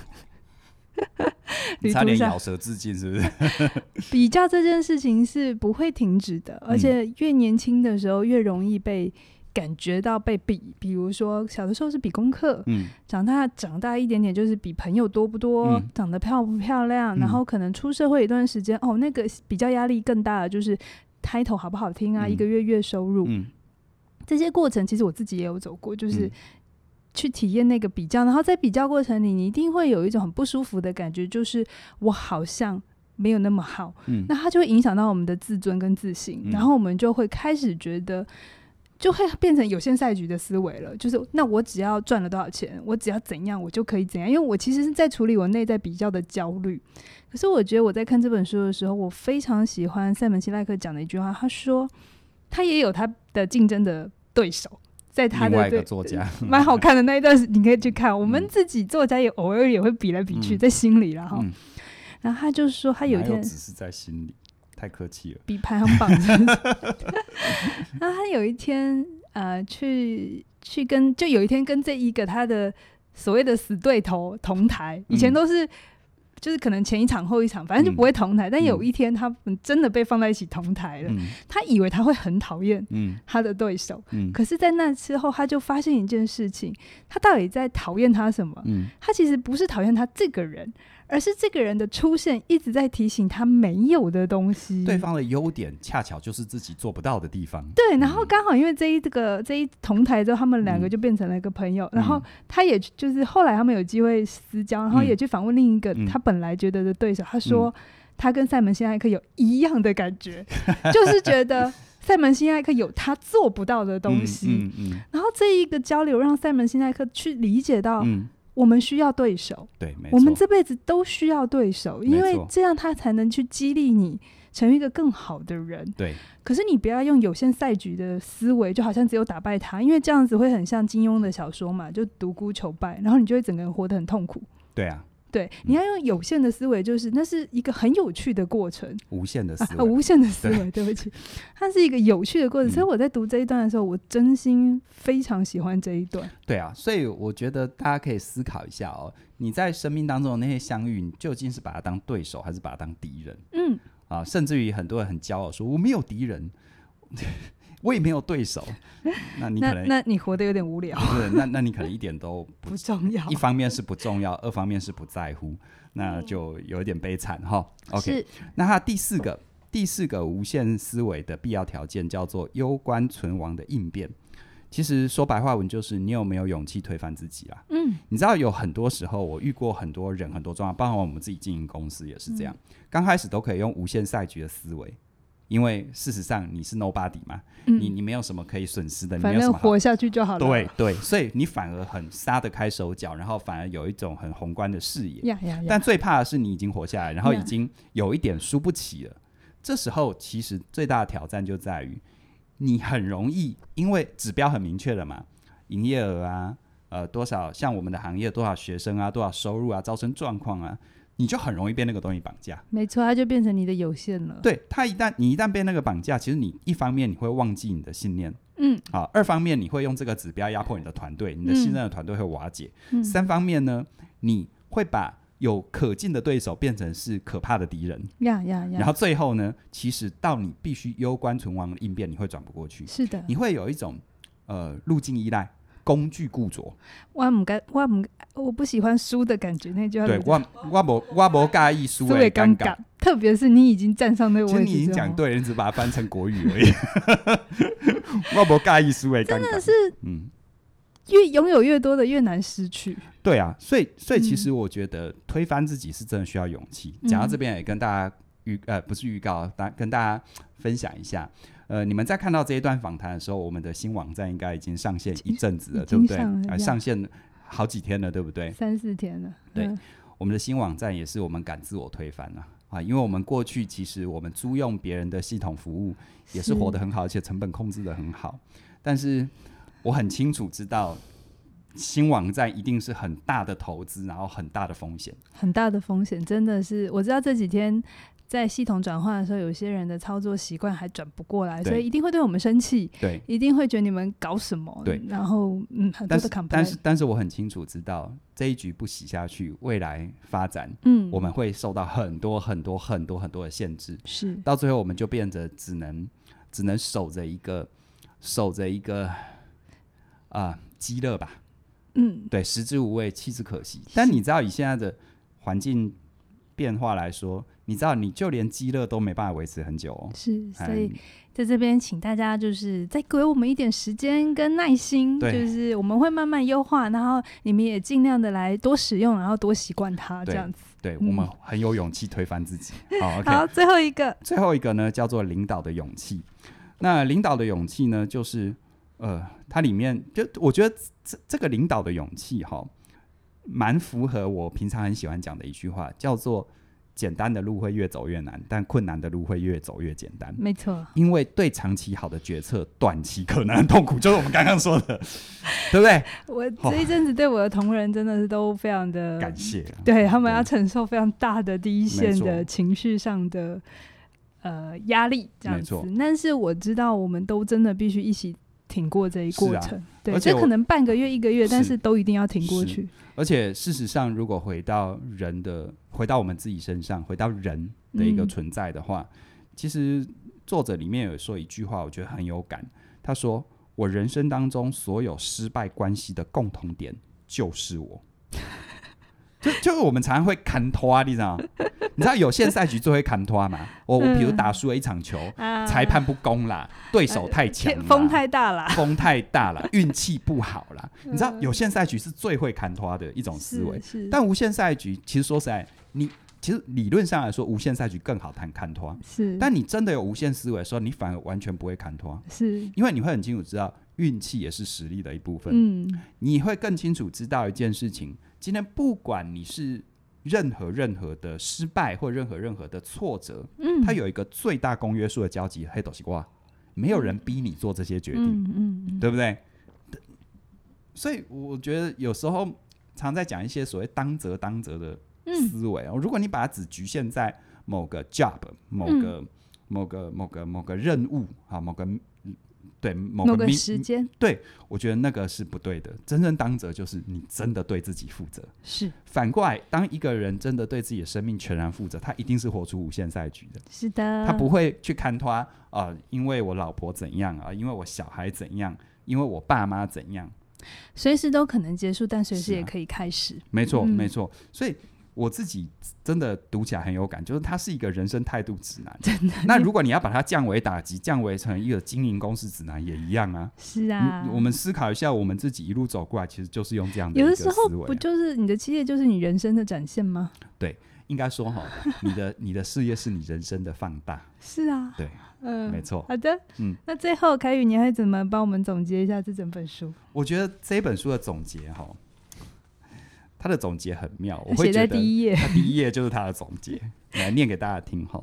B: 你
A: 旅
B: 差
A: 途
B: 点
A: 上
B: 咬舌自尽，是不是？
A: 比较这件事情是不会停止的，
B: 嗯
A: 而且越年轻的时候越容易被感觉到被比。比如说小的时候是比功课， [LAUGHS]
B: 嗯，
A: 长大长大一点点就是比朋友多不多，
B: 嗯
A: 长得漂不漂亮，
B: 嗯
A: 然后可能出社会一段时间，哦，那个比较压力更大的就是 title 好不好听啊，
B: 嗯
A: 一个月月收入、
B: 嗯，
A: 这些过程，其实我自己也有走过，就是
B: 嗯
A: 去体验那个比较，然后在比较过程里，你一定会有一种很不舒服的感觉，就是我好像。没有那么好，
B: 嗯，
A: 那它就会影响到我们的自尊跟自信，
B: 嗯
A: 然后我们就会开始觉得，就会变成有限赛局的思维了。就是那我只要赚了多少钱，我只要怎样，我就可以怎样。因为我其实是在处理我内在比较的焦虑。可是我觉得我在看这本书的时候，我非常喜欢塞门西赖克讲的一句话，他说他也有他的竞争的对手。在他
B: 另
A: 的
B: 外一个
A: 对
B: 作家，
A: 蛮好看的那一段，你可以去看。我们
B: 嗯
A: 自己作家也偶尔也会比来比去，
B: 嗯
A: 在心里了哈。
B: 嗯，
A: 然后他就说，他有一
B: 哪
A: 天
B: 只是在心里，太客气了。
A: 比排行榜真
B: [LAUGHS]
A: 是。那他有一天呃，去去跟就有一天跟这一个他的所谓的死对头同台，以前
B: 嗯
A: 都是。就是可能前一场后一场，反正就不会同台。但有一天，他们真的被放在一起同台了。
B: 嗯
A: 他以为他会很讨厌
B: 嗯
A: 他的对手，
B: 嗯
A: 可是，在那之后，他就发现一件事情：他到底在讨厌他什么？
B: 嗯，
A: 他其实不是讨厌他这个人，而是这个人的出现一直在提醒他没有的东西。
B: 对方的优点恰巧就是自己做不到的地方。
A: 对，然后
B: 嗯
A: 刚好因为这一这个这一同台之后，他们两个
B: 嗯
A: 就变成了一个朋友。然后
B: 嗯
A: 他也就是后来他们有机会私交，然后也
B: 嗯
A: 去访问另一个
B: 嗯
A: 他本来觉得的对手，他说他跟塞门辛艾克有一样的感觉， [LAUGHS] 就是觉得塞门辛艾克有他做不到的东西。
B: 嗯嗯
A: 然后这一个交流让塞门辛艾克去理解
B: 嗯
A: 到，
B: 嗯，
A: 我们需要对手，
B: 对，没
A: 啊
B: 错。
A: 我们这辈子都需要对手，因
B: 没
A: 为
B: 错
A: 这样他才能去激励你成为一个更好的人。
B: 对，
A: 可是你不要用有限赛局的思维，就好像只有打败他，因为这样子会很像金庸的小说嘛，就独孤求败，然后你就会整个人活得很痛苦。
B: 对啊，
A: 对，你要用有限的思维，就是那是一个很有趣的过程，
B: 无限的思维，
A: 啊、无限的思维。对不起，它是一个有趣的
B: 嗯
A: 过程。所以我在读这一段的时候，我真心非常喜欢这一段。
B: 对啊，所以我觉得大家可以思考一下哦，你在生命当中的那些相遇，你究竟是把它当对手，还是把它当敌人？
A: 嗯，
B: 啊，甚至于很多人很骄傲说我没有敌人， [LAUGHS] 我也没有对手。那你
A: 那
B: 可能
A: 那你活得有点无聊，
B: 不是，那那你可能一
A: [LAUGHS]
B: 点都不
A: 不重
B: [LAUGHS]
A: 要
B: 一。方面是不重要，二方面是不在乎，那就有一点悲惨哈。OK，
A: 是
B: 那它第四个第四个无限思维的必要条件叫做攸关存亡的应变。其实说白话文就是你有没有勇气推翻自己啦、啊
A: 嗯
B: 你知道有很多时候我遇过很多人很多状况，包括我们自己经营公司也是这样，
A: 嗯
B: 刚、开始都可以用无限赛局的思维。因为事实上你是 nobody 嘛，你
A: 嗯，
B: 你没有什么可以损失的，你没
A: 反
B: 有什
A: 正
B: 么好
A: 活下去就好了。
B: 对对，所以你反而很杀得开手脚，然后反而有一种很宏观的视野。
A: 呀呀呀！
B: 但最怕的是你已经活下来，然后已
A: 呀
B: 经有一点输不起了。这时候其实最大的挑战就在于，你很容易因为指标很明确了嘛，营业额啊，呃多少像我们的行业多少学生啊，多少收入啊，招生状况啊，你就很容易被那个东西绑架。
A: 没错，它就变成你的有限了。
B: 对他一旦你一旦被那个绑架，其实你一方面你会忘记你的信念，
A: 嗯
B: 啊，二方面你会用这个指标压迫你的团队，你的
A: 嗯
B: 信任的团队会瓦解。
A: 嗯
B: 三方面呢，你会把有可敬的对手变成是可怕的敌人，
A: 呀呀
B: 然
A: 呀！
B: 后最后呢，其实到你必须攸关存亡的应变，你会转不过去，
A: 是的，
B: 你会有一种呃路径依赖。工具固着，
A: 我唔该，我唔，我不喜欢输的感觉，那就要
B: 对
A: 留着
B: 我我无我无介意输
A: 思维
B: 的
A: 尴
B: 尴
A: 尬
B: 尬。，
A: 特别是你已经站上那个
B: 其实
A: 位置之后，
B: 你已经讲对了，你只是把它翻成国语而已。 [LAUGHS] 我无介意输的尴尬。真的是，嗯，
A: 越拥有越多的越难失去。
B: 对啊，所以所以其
A: 嗯
B: 实我觉得推翻自己是真的需要勇气。讲到
A: 嗯
B: 这边也跟大家预呃不是预告啊，大跟大家分享一下。呃，你们在看到这一段访谈的时候，我们的新网站应该已经上线一阵子了，
A: 已
B: 对不
A: 经
B: 对？
A: 上了
B: 呃，
A: 呀
B: 上线好几天了，对不对？
A: 三四天了，
B: 对
A: 嗯
B: 我们的新网站也是我们敢自我推翻啊啊，因为我们过去其实我们租用别人的系统服务也是活得很好，而且成本控制得很好。但是我很清楚知道，新网站一定是很大的投资，然后很大的风险。
A: 很大的风险，真的是我知道这几天。在系统转换的时候，有些人的操作习惯还转不过来，
B: 对
A: 所以一定会对我们生气，
B: 对，
A: 一定会觉得你们搞什么。
B: 对
A: 然后嗯，很多
B: 但
A: 的
B: 是
A: complain。
B: 但是但是我很清楚知道，这一局不洗下去，未来发展
A: 嗯，
B: 我们会受到很多很多很多很多的限制。
A: 是
B: 到最后我们就变得只能只能守着一个守着一个啊饥乐吧，
A: 嗯，
B: 对，食之无味，弃之可惜。但你知道以现在的环境变化来说，你知道你就连饥乐都没办法维持很久哦。
A: 是，所
B: 哎
A: 以在这边，请大家就是再给我们一点时间跟耐心，
B: 对
A: 就是我们会慢慢优化，然后你们也尽量的来多使用，然后多习惯它这
B: 哎对
A: 样子。
B: 对
A: 嗯
B: 我们很有勇气推翻自己。
A: [LAUGHS]
B: 好，OK。
A: 好，最后一个，
B: 最后一个呢，叫做领导的勇气。那领导的勇气呢，就是呃，它里面就我觉得这这个领导的勇气哈，蛮符合我平常很喜欢讲的一句话，叫做“简单的路会越走越难，但困难的路会越走越简单”。
A: 没错，
B: 因为对长期好的决策，短期可能很痛苦，就是我们刚刚说的， [LAUGHS] 对不对？
A: 我这一阵子对我的同仁真的是都非常的，
B: 感谢。
A: 对他们
B: 对
A: 要承受非常大的第一线的情绪上的呃压力这样子
B: 没错。
A: 但是我知道，我们都真的必须一起挺过这一过
B: 是啊
A: 程，对，
B: 而且
A: 这
B: 我
A: 可能半个月一个月，但
B: 是
A: 是都一定要挺过
B: 是
A: 去。
B: 而且事实上，如果回到人的，回到我们自己身上，回到人的一个
A: 嗯
B: 存在的话，其实作者里面有说一句话，我觉得很有感。他说：“我人生当中所有失败关系的共同点就是我。 [LAUGHS] 就”就我们常常会砍拖，啊你知道吗？你知道有限赛局最会砍拖嘛？我我比如打输了一场球，
A: 嗯啊
B: 裁判不公啦，对手太强啦，
A: 风太大了，
B: 风太大
A: [LAUGHS]
B: 了，运气不好啦。你知道
A: 嗯
B: 有限赛局是最会砍拖的一种思维，
A: 是是
B: 但无限赛局其实说实在，你其实理论上来说，无限赛局更好谈砍拖。
A: 是
B: 但你真的有无限思维的时候，你反而完全不会砍拖，
A: 是
B: 因为你会很清楚知道运气也是实力的一部分。
A: 嗯
B: 你会更清楚知道一件事情：今天不管你是任何任何的失败或任何任何的挫折，
A: 嗯，
B: 它有一个最大公约数的交集，黑斗西瓜，没有人逼你做这些决定。
A: 嗯嗯嗯
B: 对不对？所以我觉得有时候常在讲一些所谓当责当责的
A: 嗯
B: 思维、哦。如果你把它只局限在某个 job、某个、某个、某个、某个任务啊，某个对
A: 嗯某
B: 某个
A: 个
B: 命
A: 时间
B: 对，我觉得那个是不对的。真正当责就是你真的对自己负责。
A: 是
B: 反过来，当一个人真的对自己的生命全然负责，他一定是活出无限赛局的。
A: 是的，
B: 他不会去看他啊、呃因为我老婆怎样啊、因为我小孩怎样，因为我爸妈怎样。
A: 随时都可能结束，但随
B: 是
A: 时
B: 啊
A: 也可以开始。
B: 没错，
A: 嗯
B: 没错。所以我自己真的读起来很有感，就是他是一个人生态度指南。
A: 真的，
B: 那如果你要把它降维打击，降维成一个经营公司指南也一样啊。
A: 是 [LAUGHS] 啊
B: 嗯，我们思考一下，我们自己一路走过来，其实就是用这样的一
A: 有
B: 个
A: 的
B: 思
A: 时
B: 维啊、
A: 候不就是你的企业就是你人生的展现吗？
B: 应该说哈，你的你的事业是你人生的放大，
A: 是啊，
B: 对，
A: [LAUGHS] 嗯、
B: 没错。
A: 好的，
B: 嗯，
A: 那最后凯宇，你还怎么帮我们总结一下这整本书？
B: 我觉得这本书的总结哈，它的总结很妙，我会
A: 写
B: 觉
A: 在
B: 得
A: 第一页， [LAUGHS]
B: 它第一页就是它的总结，来念给大家听哈。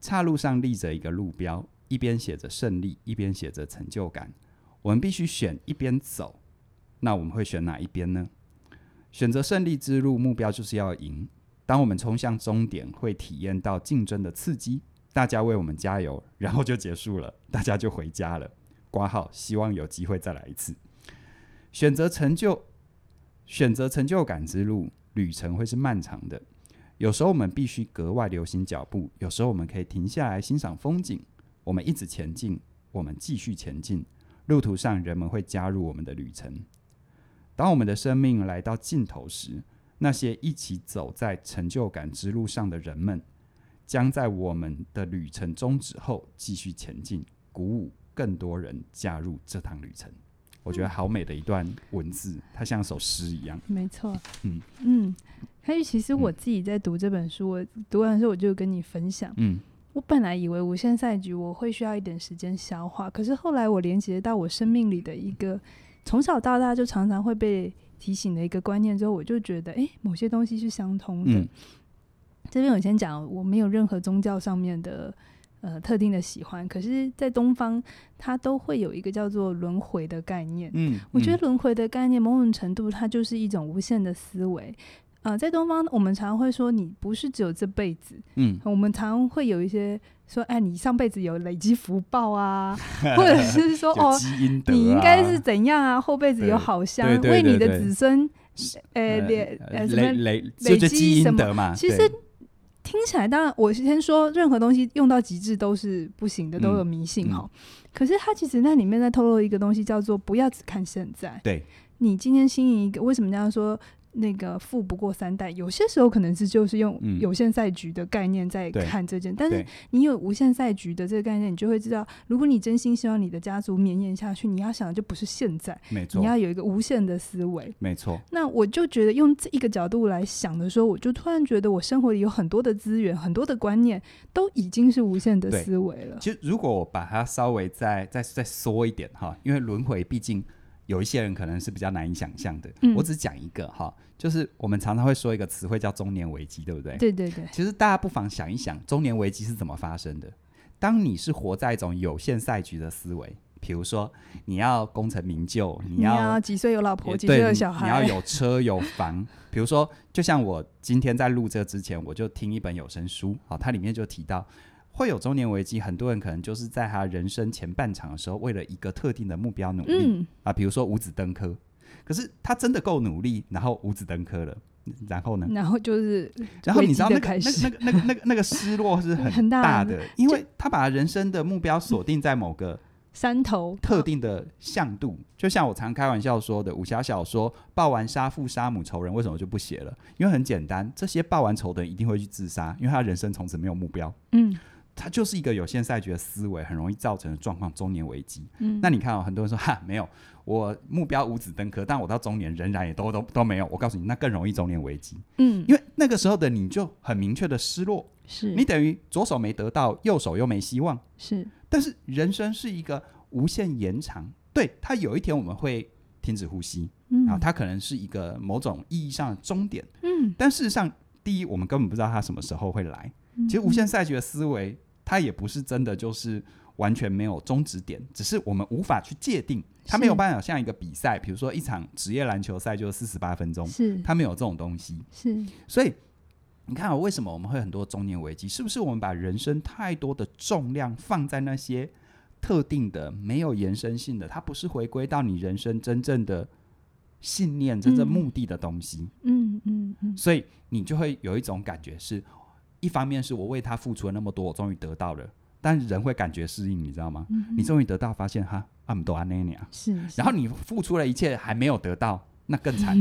B: 岔路上立着一个路标，一边写着胜利，一边写着成就感。我们必须选一边走，那我们会选哪一边呢？选择胜利之路，目标就是要赢。当我们冲向终点，会体验到竞争的刺激，大家为我们加油，然后就结束了，大家就回家了。挂号，希望有机会再来一次。选择成就，选择成就感之路，旅程会是漫长的。有时候我们必须格外留心脚步，有时候我们可以停下来欣赏风景。我们一直前进，我们继续前进。路途上，人们会加入我们的旅程。当我们的生命来到尽头时，那些一起走在成就感之路上的人们，将在我们的旅程终止后继续前进，鼓舞更多人加入这趟旅程。我觉得好美的一段文字，它像首诗一样。
A: 没错，
B: 嗯
A: 嗯。凯宇，其实我
B: 嗯
A: 自己在读这本书，我读完的时候我就跟你分享，
B: 嗯，
A: 我本来以为无限赛局我会需要一点时间消化，可是后来我连接到我生命里的一个从小到大就常常会被提醒的一个观念之后，我就觉得，诶，某些东西是相通的。
B: 嗯
A: 这边我先讲，我没有任何宗教上面的呃特定的喜欢，可是，在东方它都会有一个叫做轮回的概念。
B: 嗯，
A: 我觉得轮回的概念，某种程度它就是一种无限的思维。呃，在东方，我们常会说，你不是只有这辈子，
B: 嗯，
A: 我们常会有一些说，哎，你上辈子有累积福报
B: [LAUGHS]
A: 啊，或者是说，
B: 有
A: 哦，
B: 基因德啊，
A: 你应该是怎样啊，后辈子有好香，
B: 对对对
A: 为你
B: 对
A: 的子孙，呃，
B: 呃
A: 累呃什
B: 累
A: 么
B: 累，
A: 累积
B: 就基因
A: 什么
B: 德嘛。
A: 其实
B: 对
A: 听起来，当然我先说，任何东西用到极致都是不行的，
B: 嗯
A: 都有迷信哈。可是它其实那里面在透露一个东西，叫做不要只看现在。
B: 对，
A: 你今天经营一个，为什么人家说那个富不过三代？有些时候可能是就是用
B: 嗯
A: 有限赛局的概念在
B: 对
A: 看这件，但是
B: 对
A: 你有无限赛局的这个概念，你就会知道，如果你真心希望你的家族绵延下去，你要想的就不是现在，
B: 没错
A: 你，要有一个无限的思维。
B: 没错，
A: 那我就觉得用这一个角度来想的时候，我就突然觉得我生活里有很多的资源，很多的观念都已经是无限的
B: 对
A: 思维了。
B: 其实如果我把它稍微再再再缩一点哈，因为轮回毕竟有一些人可能是比较难以想象的。
A: 嗯
B: 我只讲一个哈，就是我们常常会说一个词汇叫中年危机，对不对？。
A: 对对对，
B: 其实大家不妨想一想，中年危机是怎么发生的？当你是活在一种有限赛局的思维，比如说你要功成名就，你
A: 你
B: 要
A: 要几岁有老婆，
B: 也
A: 几
B: 对
A: 岁有
B: 你
A: 小
B: 你要
A: 孩，
B: 有车有房。比如说，就像我今天在录这之前，我就听一本有声书，好、它里面就提到。会有中年危机，很多人可能就是在他人生前半场的时候，为了一个特定的目标努力、
A: 嗯，
B: 啊，比如说五子登科，可是他真的够努力，然后五子登科了，然后呢？
A: 然后就是
B: 然后
A: 嗯
B: 你
A: 危
B: 知
A: 机
B: 道那
A: 的
B: 个
A: 开始
B: 那个那个那个那个那个失落是
A: [LAUGHS]
B: 很
A: 很大
B: 大
A: 的
B: 的，因为他把人生的目标锁定在某个
A: 山头
B: 特定的向度，就像我常开玩笑说的，武侠小说报完杀父杀母仇人为什么就不写了？因为很简单，这些报完仇的人一定会去自杀，因为他人生从此没有目标，
A: 嗯
B: 他就是一个有限赛局的思维，很容易造成的状况，中年危机。
A: 嗯，
B: 那你看哦，很多人说哈没有，我目标五子登科，但我到中年仍然也都都都没有。我告诉你，那更容易中年危机，
A: 嗯
B: 因为那个时候的你就很明确的失落，
A: 是
B: 你等于左手没得到，右手又没希望。
A: 是
B: 但是人生是一个无限延长，对它有一天我们会停止呼吸
A: 嗯
B: 啊，它可能是一个某种意义上的终点，
A: 嗯，
B: 但事实上，第一我们根本不知道它什么时候会来。
A: 嗯
B: 其实无限赛局的思维，它也不是真的就是完全没有终止点，只是我们无法去界定他没有办法像一个比赛，比如说一场职业篮球赛就四十八分钟，
A: 是
B: 他没有这种东西。
A: 是，
B: 所以你看啊、为什么我们会很多中年危机？是不是我们把人生太多的重量放在那些特定的、没有延伸性的？它不是回归到你人生真正的信念、真正目的的东西。
A: 嗯嗯嗯，
B: 所以你就会有一种感觉是，一方面是我为他付出了那么多，我终于得到了，但人会感觉适应，你知道吗？
A: 嗯
B: 你终于得到，发现哈，阿姆多安内尼啊，
A: 是，
B: 然后你付出了一切还没有得到，那更
A: [LAUGHS]
B: 惨，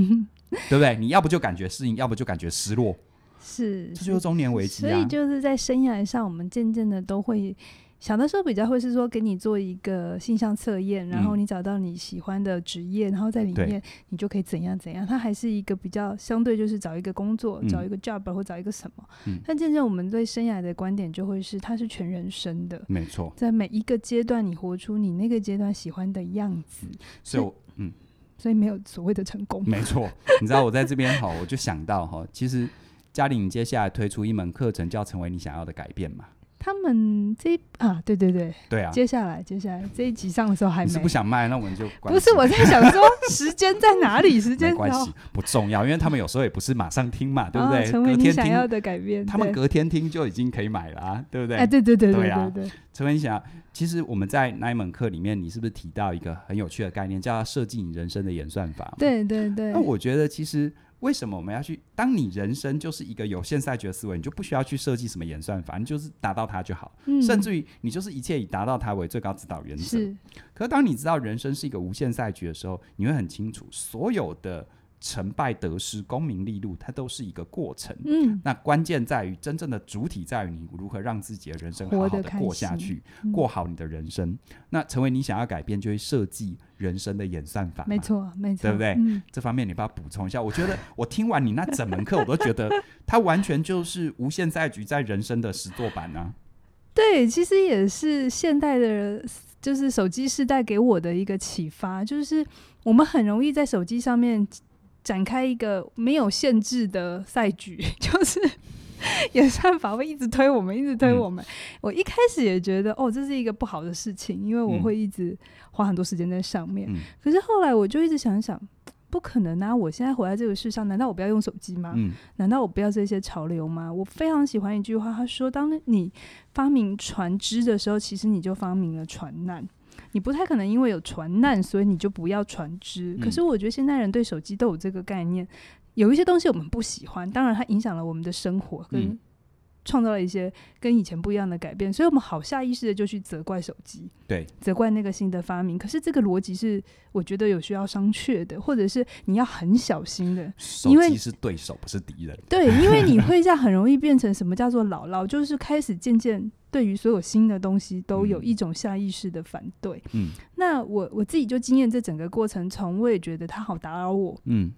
B: 对不对？你要不就感觉适应，要不就感觉失落，
A: 是，
B: 这就是中年危机
A: 所以
B: 啊。
A: 就是在生涯上，我们渐渐的都会。小的时候比较会是说给你做一个性向测验，然后
B: 嗯
A: 你找到你喜欢的职业，然后在里
B: 对
A: 面你就可以怎样怎样。它还是一个比较相对就是找一个工作，
B: 嗯
A: 找一个 job 或找一个什么。
B: 嗯
A: 但渐渐我们对生涯的观点就会是，它是全人生的，
B: 没错，
A: 在每一个阶段你活出你那个阶段喜欢的样子，
B: 所
A: [LAUGHS]
B: 以我嗯，
A: 所以没有所谓的成功。
B: 没错，你知道我在这边哈，我就想到哈，其实嘉玲你接下来推出一门课程叫《成为你想要的改变》嘛，
A: 他们这一啊，对对对，
B: 对啊，
A: 接下来接下来这一集上的时候还
B: 你是
A: 没
B: 不。想卖，那我们就关
A: 不是
B: 机
A: 我在想说时间在哪
B: [LAUGHS]
A: 里？时间
B: 没关
A: 然后
B: 系，不重要，因为他们有时候也不是马上听嘛，对不
A: 啊
B: 对？
A: 成为
B: 隔
A: 你
B: 天
A: 想要
B: 听，
A: 的改变。
B: 他们
A: 对
B: 隔天听就已经可以买了、啊，对不对？
A: 哎，对对对
B: 对啊
A: 对对，
B: 陈文霞，其实我们在那一门课里面，你是不是提到一个很有趣的概念，叫它设计你人生的演算法？。
A: 对对对
B: 那。我觉得，其实为什么我们要去？当你人生就是一个有限赛局的思维，你就不需要去设计什么演算法，你就是达到它就好。
A: 嗯
B: 甚至于，你就是一切以达到它为最高指导原则。
A: 是
B: 可当你知道人生是一个无限赛局的时候，你会很清楚，所有的成败得失、功名利禄，它都是一个过程。
A: 嗯
B: 那关键在于，真正的主体在于你如何让自己的人生好
A: 活
B: 好
A: 得
B: 的
A: 开
B: 过下
A: 心
B: 去，
A: 嗯
B: 过好你的人生。那成为你想要改变，就会设计人生的演算法。
A: 没，错没错，
B: 对不对
A: 嗯
B: 这方面你帮我补充一下。我觉得我听完你那整门课，我都觉得它完全就是无限赛局在人生的实作版啊。
A: 对，其实也是现代的，就是手机时代给我的一个启发，就是我们很容易在手机上面展开一个没有限制的赛局， [LAUGHS] 就是。演算法会一直推我们，一直推
B: 嗯
A: 我们。我一开始也觉得，哦，这是一个不好的事情，因为我
B: 嗯
A: 会一直花很多时间在上面。
B: 嗯
A: 可是后来我就一直想想，不可能啊！我现在活在这个世上，难道我不要用手机吗？
B: 嗯
A: 难道我不要这些潮流吗？我非常喜欢一句话，他说：“当你发明船只的时候，其实你就发明了船难。你不太可能因为有船难，所以你就不要船只。
B: 嗯
A: 可是我觉得现代人对手机都有这个概念，有一些东西我们不喜欢，当然它影响了我们的生活，跟
B: 嗯
A: 创造了一些跟以前不一样的改变，所以我们好下意识的就去责怪手机。
B: 对，
A: 责怪那个新的发明，可是这个逻辑是我觉得有需要商榷的，或者是你要很小心的，
B: 手
A: 因为
B: 机是对手，不是敌人。
A: 对，因为
B: [LAUGHS]
A: 你会这样很容易变成什么叫做姥姥，就是开始渐渐对于所有新的东西都有一种下意识的反对。
B: 嗯
A: 那我我自己就经验这整个过程，从未觉得它好打扰我，
B: 嗯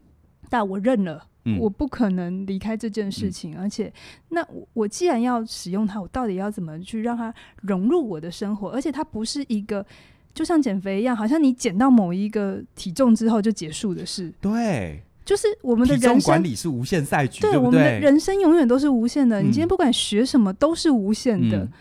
A: 但我认了。
B: 嗯，
A: 我不可能离开这件事情，而且，那我我既然要使用它，我到底要怎么去让它融入我的生活？而且它不是一个就像减肥一样，好像你减到某一个体重之后就结束的事，
B: 对，
A: 就是我们的
B: 体重
A: 人
B: 管
A: 生，
B: 理是无限赛局，
A: 对
B: 不
A: 我们的
B: 对？
A: 人生永远都是无限的。你今天
B: 嗯
A: 不管学什么都是无限的，
B: 嗯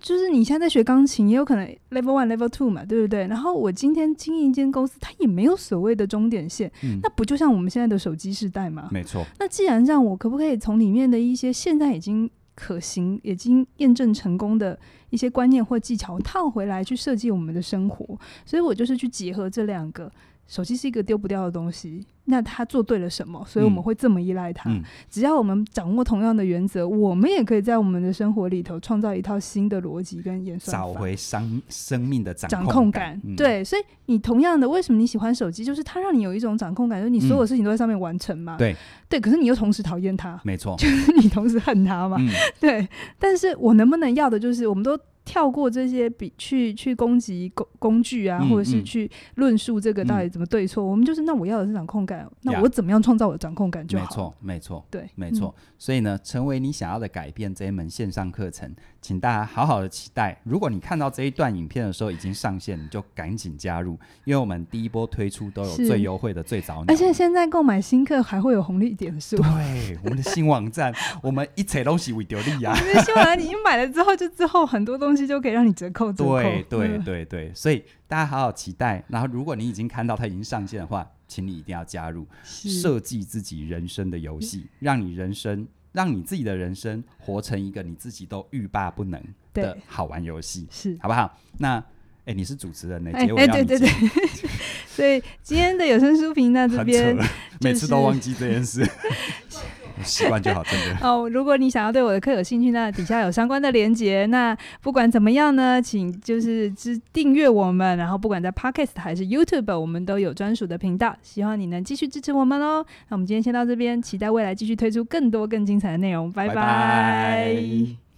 A: 就是你现在在学钢琴，也有可能 level one、level two 嘛，对不对？然后我今天经营一间公司，它也没有所谓的终点线，
B: 嗯
A: 那啊不就像我们现在的手机时代吗？
B: 没错，
A: 那既然这样，我可不可以从里面的一些现在已经可行、已经验证成功的一些观念或技巧套回来，去设计我们的生活？所以我就是去结合这两个。手机是一个丢不掉的东西，那它做对了什么？所以我们会这么依赖它。
B: 嗯
A: 只要我们掌握同样的原则，我们也可以在我们的生活里头创造一套新的逻辑跟演算法。
B: 找回生生命的掌
A: 掌
B: 控
A: 控
B: 感
A: 感。，
B: 嗯，
A: 对，所以你同样的，为什么你喜欢手机？就是它让你有一种掌控感，就是你所有事情都在上面完成嘛。
B: 对
A: 对，可是你又同时讨厌它，
B: 没错，
A: 就是 [LAUGHS] 你同时恨它嘛。
B: 嗯
A: 对，但是我能不能要的就是，我们都跳过这些比去去攻击工工具啊，
B: 嗯
A: 或者是
B: 嗯
A: 去论述这个到底怎么对错，我们就是那我要的是掌控感，那
B: 呀
A: 我怎么样创造我的掌控感就
B: 没
A: 好。
B: 错，没错，
A: 对，
B: 没
A: 嗯
B: 错。所以呢，成为你想要的改变这一门线上课程，请大家好好的期待。如果你看到这一段影片的时候已经上线，你就赶紧加入，因为我们第一波推出都有
A: 是
B: 最优惠的最早鸟，
A: [LAUGHS] 而且现在购买新课还会有红利点 [LAUGHS] 数。
B: 对我们的新网站，我们一切东西为丢利
A: 我 [LAUGHS]
B: 啊。
A: 们的新闻你买了之后，就之后很多东西就可以让你折扣折扣。
B: 对对
A: 嗯
B: 对对，所以大家好好期待。然后，如果你已经看到它已经上线的话，请你一定要加入，
A: 是
B: 设计自己人生的游戏，让你人生，让你自己的人生活成一个你自己都欲罢不能的
A: 对
B: 好玩游戏，
A: 是。
B: 好不好？那哎，你是主持人呢，
A: 哎
B: 结尾
A: 哎
B: 要
A: 对
B: 你
A: 对
B: 接
A: 对，所以今天的有声书评到这
B: 很
A: 边
B: 扯，每次都
A: 是
B: 忘记这件事， [LAUGHS] 习惯就好，真的。
A: [LAUGHS] 哦，如果你想要对我的课有兴趣，那底下有相关的连接。那不管怎么样呢，请就是支订阅我们，然后不管在 Podcast 还是 YouTube，我们都有专属的频道。希望你能继续支持我们哦。那我们今天先到这边，期待未来继续推出更多更精彩的内容。拜
B: 拜拜